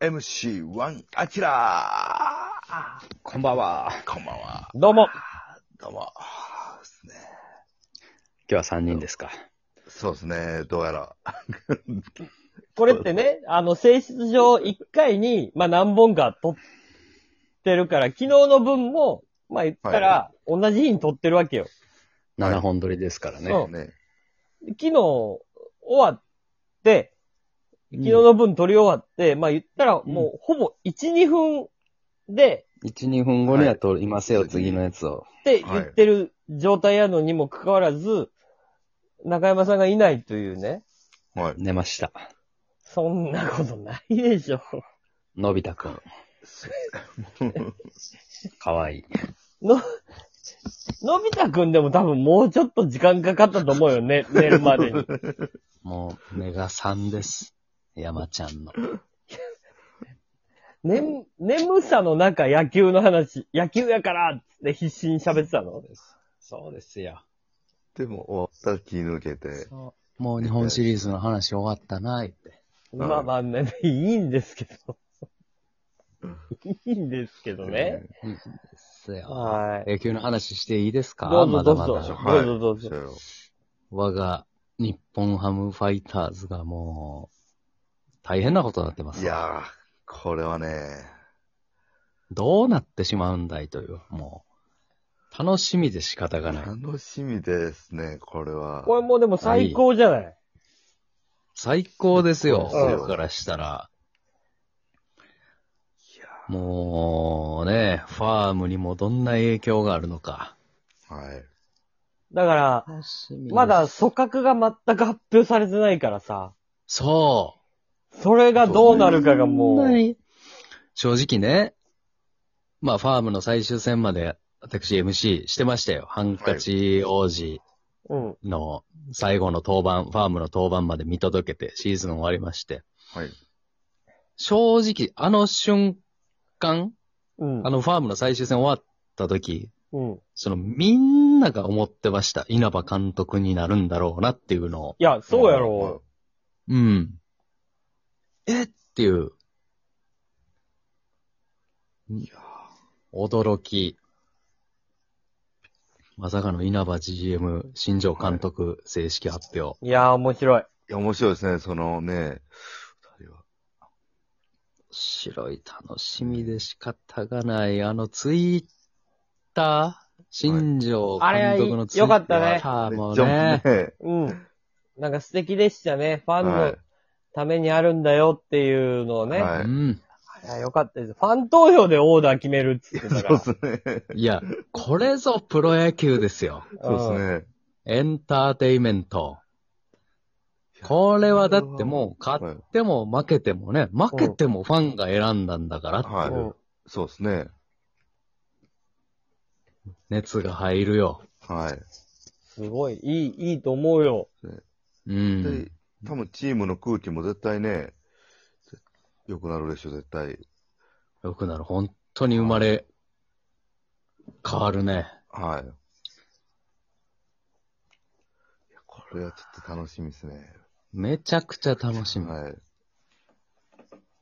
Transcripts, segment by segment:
4MC1 アキラこんばんは。ーこんばんは。どうも。どうも。ですね今日は3人ですか。そうですね、どうやら。これってね、あの、性質上1回に、まあ、何本か撮ってるから、昨日の分も、まあ、言ったら、同じ日に撮ってるわけよ。はい7本撮りですからね。そうね。昨日、終わって、昨日の分撮り終わって、まあ、言ったら、もう、ほぼ1、2分で、 1、2分後には撮りますよ、はい次のやつを。って言ってる状態やのにもかかわらず、中山さんがいないというね。はい。寝ました。そんなことないでしょ。のび太くん。かわいい。の、のび太くんでも多分もうちょっと時間かかったと思うよね、寝るまでに。もう、目が3です。山ちゃんの。ね、眠さの中野球の話、野球やからっつって必死に喋ってたのそうですよ。 でも、終わったら気抜けて。もう日本シリーズの話終わったな、いって。まあまあね、いいんですけど。いいんですけどね。いいですよ。はい。野球の話していいですかどうまぞだどうまぞだ。はい。どうぞどうぞそうよ我が日本ハムファイターズがもう、大変なことになってます。いやー、これはね、どうなってしまうんだいという、もう、楽しみで仕方がない。楽しみですね、これは。これもうでも最高じゃない。最高ですよ、うん僕からしたら。いやもうね、ファームにもどんな影響があるのか。ーはい。だから、まだ組閣が全く発表されてないからさ、そう。それがどうなるかがもう、正直ね、まあファームの最終戦まで私 MC してましたよ。ハンカチ王子うん。の最後の登板、ファームの登板まで見届けてシーズン終わりまして。はい。正直、あの瞬間、うんあ。のファームの最終戦終わった時、うん。そのみんなが思ってました。稲葉監督になるんだろうなっていうのを。いや、そうやろうん。えっていう。驚き。まさかの稲葉 GM、新庄監督、正式発表。う。いやー、面白い。いや、面白いですね、そのね、二人は。白い、楽しみで仕方がない。あのツイッター、新庄はいあ監れ督のツイよッかタったねーもめっちゃね、ねうん。なんか素敵でしたね。ファンはのいためにあるんだよっていうのをね。はういん。いや、よかったです。ファン投票でオーダー決めるっつってたから。そうですね。いや、これぞプロ野球ですよ。そううんですね。エンターテイメント。これはだってもう、勝っても負けてもね、負けてもファンが選んだんだからってはいいうそうですね。熱が入るよ。はい。すごい、いい、いいと思うよ。うでん。、多分チームの空気も絶対ね、良くなるでしょ、絶対。よくなる。本当に生まれ変わるね。はい。いや、これはちょっと楽しみですね。めちゃくちゃ楽しみ。はい。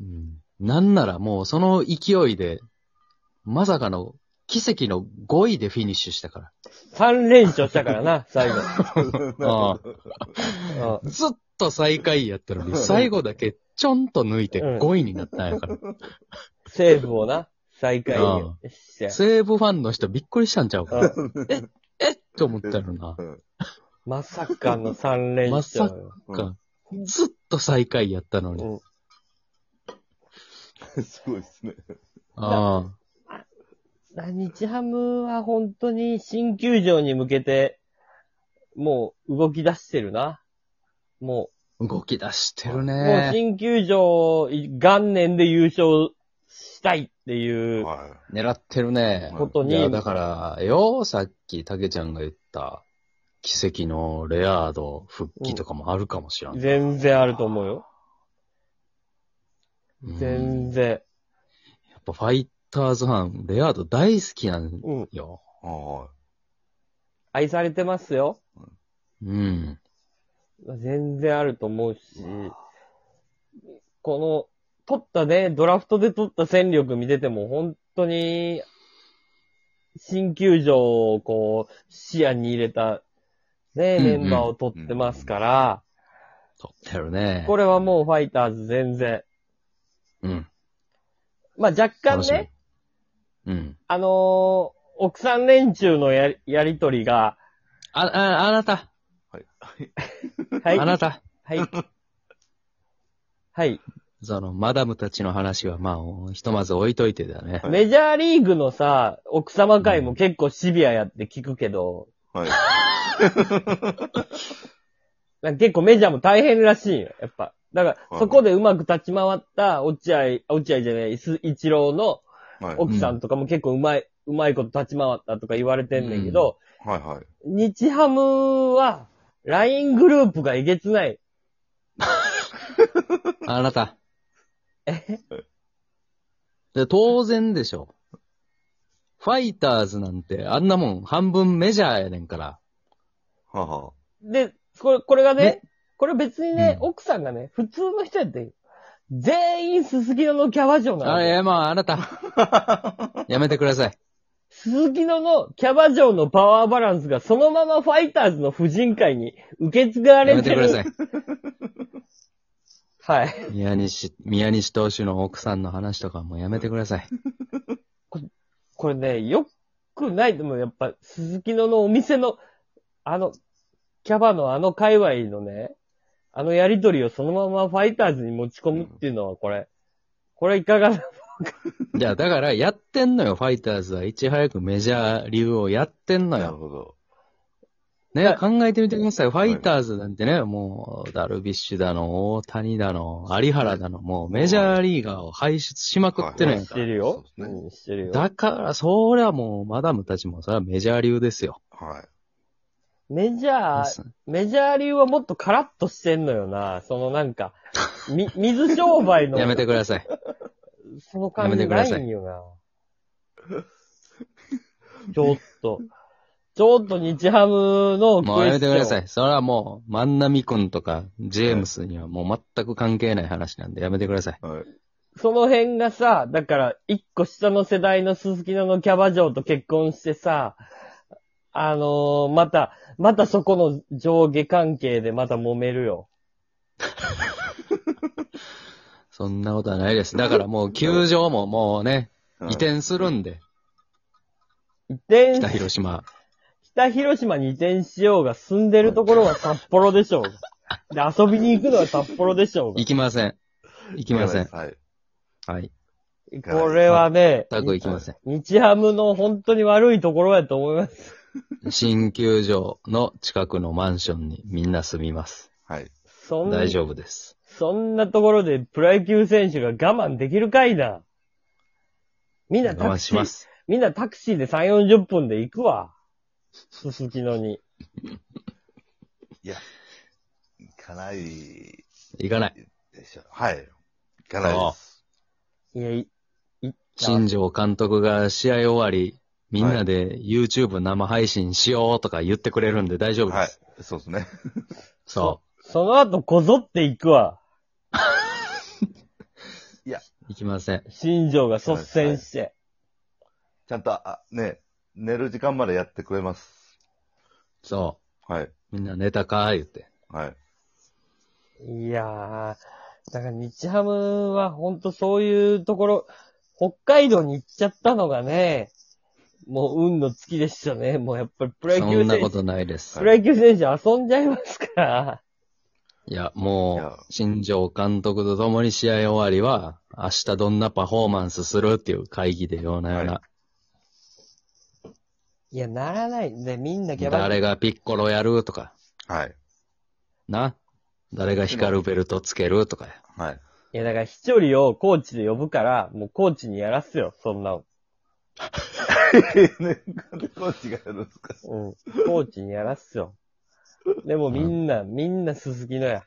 うんなんならもうその勢いで、まさかの奇跡の5位でフィニッシュしたか3連勝したか らな、最後。ら。うんずっと最下位やった のに、最後だけちょんと抜いて5位になったんや から。セーフをな、再開して。西武ファンの人びっくりしたんちゃうか。えっと思ったよな。まさかの3連勝。まさかうんずっと最下位やったのに。うん すごいですね。ああ。日ハムは本当に新球場に向けて、もう動き出してるな。も動き出してるう、もうね。新球場元年で優勝したいっていうは狙ってるね。こといに、や、だから、よ、さっき、たけちゃんが言った、奇跡のレアード復帰とかもあるかもしれん。全然あると思うよ。うん全然。やっぱ、ファイターズファン、レアード大好きなんうん。よ。い。は愛されてますよ。うん。全然あると思うし、こ取ったね、ドラフトで取った戦力見てても、本当に、新球場をこう、視野に入れた、ね、うんメうんンバーを取ってますから、取ってるね。これはもうファイターズ全然。うん。まあ若干楽しね、み。うん。あのー奥さん連中のやりやりとりが、あ、あ、あなた。はい。はい。はい、あなた。はい。はい。その、マダムたちの話は、まあお、ひとまず置いといてだ ね。はいメジャーリーグのさ、奥様会も結構シビアやって聞くけど、はい。なんか結構メジャーも大変らしいよ、やっぱ。だかはら、いそこでうまく立ち回った、落合、落合じゃない、す一郎のはい。奥さんとかも結構うまい、うまいこと立ち回ったとか言われてんねんけど、はい。はい。日ハムは、LINE グループがえげつない。あなた。えで当然でしょ。ファイターズなんて、あんなもん、半分メジャーやねんから。はあはで、これ、これがね、ねこれ別にね、うん奥さんがね、普通の人やってん全員すすきののキャバ嬢なの。あれ、まあ、あなた。 やめてください。鈴木野のキャバ嬢のパワーバランスがそのままファイターズの婦人会に受け継がやれめててる。ください。はい。宮西、宮西投手の奥さんの話とかもうやめてください。 これね、よくない。でもやっぱ、鈴木野のお店の、あの、キャバのあの界隈のね、あのやりとりをそのままファイターズに持ち込むっていうのはこれ、これいかがな、いや、だからやってんのよ、ファイターズは。いち早くメジャー流をやってんあ。のなるよ。ほど。ね、考えてみてください。ファイターズなんてね、もう、ダルビッシュだの、大谷だの、有原だの、もうメジャーリーガーを輩出しまくってはねい。してるよ。そうですねうん、してるよ。だから、そりゃもう、マダムたちも、それはメジャー流ですよ。はい。メジャー、メジャー流はもっとカラッとしてんのよな。そのなんか、み、 水商売の。やめてください。その感じないんよな。ちょっと、ちょっと日ハムのもうやめてください。い。それはもう、万波くんとか、ジェームスにはもう全く関係ない話なんで、やめてください。はい。その辺がさ、だから、一個下の世代の鈴木菜のキャバ嬢と結婚してさ、あのーまた、またそこの上下関係でまた揉めるよ。そんなことはないです。だからもう、球場ももうね、移転するんで、移転北、広島。北広島に移転しようが、住んでるところは札幌でしょうが。で、遊びに行くのは札幌でしょうが行。きません。行きません。はい。はい。これはね、全く行きません。日ハムの本当に悪いところやと思います。新球場の近くのマンションにみんな住みます。はい。そんな大、丈夫です。そんなところでプロ野球選手が我慢できるかいな。みん我なタ慢クしシーま、す。みんなタクシーで3、40分で行くわ。すすきのに。行かないで行かない。しょ。はい。行かないです。いや、い新庄監督が試合終わり、みんなで YouTube 生配信しようとか言ってくれるんで大丈夫です。はい。そうですね。そその後こぞって行くわ。う。行きません。新庄が率先して。ちゃんと、あ、ね、寝る時間までやってくれます。そはい。う。みんなネタかー言って。はい。いやー、だから日ハムは本当そういうところ、北海道に行っちゃったのがね、もう運の尽きでしたね。もうやっぱりプロ野そ球んな選こ手、とないですプ。ロ野球選手遊んじゃいますから。いや、いもやう、新庄監督と共に試合終わりは、明日どんなパフォーマンスするっていう会議でようなような、はいいや、ならない。で、みんなキャバ嬢誰がピッコロやるとか、はい。な。誰が光るベルトつけるとかや。はい。いや、だから一人をコーチで呼ぶから、もうコーチにやらすよ、そんなの。ね、こっちがやるんですかうん。コーチにやらすよ。でもみんな、みんな鈴木のや。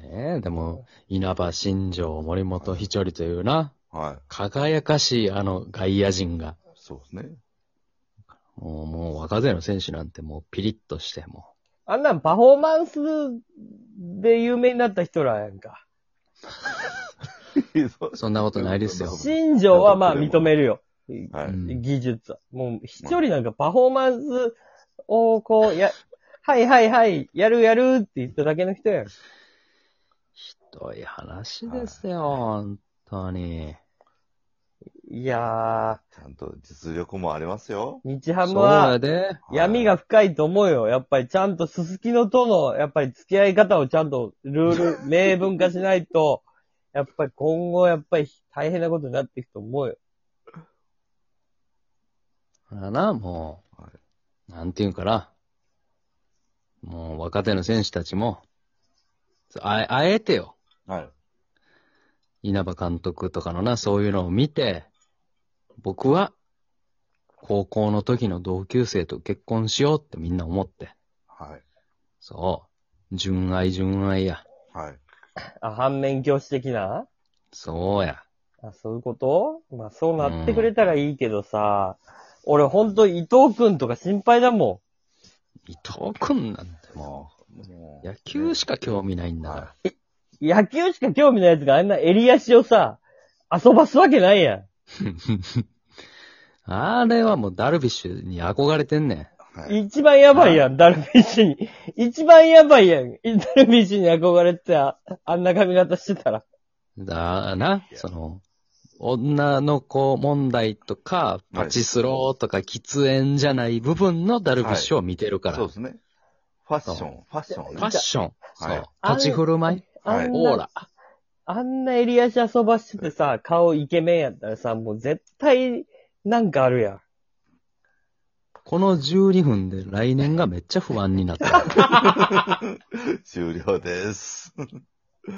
ええでも、稲葉新庄、森本ひちょりというな、は輝かしいあの外野陣が、い。そうですね。もうもう若手の選手なんてもうピリッとして、もあんなんパフォーマンスで有名になった人らやんか。そんなことないですよ新庄はまあ認めるよ。はうい。ん技術は。もう、飛距離なんかパフォーマンスをこう、や、 はいはいはい、やるやるって言っただけの人やん。ひどい話ですよ、本当に。いやちゃんと実力もありますよ。ー、日ハムそうはやで。はい闇が深いと思うよ。やっぱりちゃんとすすきのとの、やっぱり付き合い方をちゃんとルー ル、明文化しないと、やっぱり今後やっぱり大変なことになっていくと思うよ。ほらな、もう、はなんていうんかな。もう若手の選手たちも、あえあえてよ、はい。稲葉監督とかのな、そういうのを見て、僕は、高校の時の同級生と結婚しようってみんな思って。はい。そう。純愛純愛や。はい。あ、反面教師的なそうや。あ、そういうことまあ、そうなってくれたらいいけどさ、俺ほんと伊藤くんとか心配だも伊藤くんなんてももう、野球しか興味ないんだから。ん。野球しか興味ないやつがあんな襟足をさ、遊ばすわけないやん。あれはもうダルビッシュに憧れてんねん。はい。一番やばいやん、ダルビッシュに。一番やばいやん。ダルビッシュに憧れてた、あんな髪型してたら。だな、その、女の子問題とか、パチスローとか喫煙じゃない部分のダルビッシュを見てるから。そうですね。ファッション、ファッションファッね。 ション、そ。はいう立ち振る舞いあんオーな、ラ。あんな襟足遊ばしててさ、顔イケメンやったらさ、もう絶対なんかあるやん。この12分で来年がめっちゃ不安になった。終了です。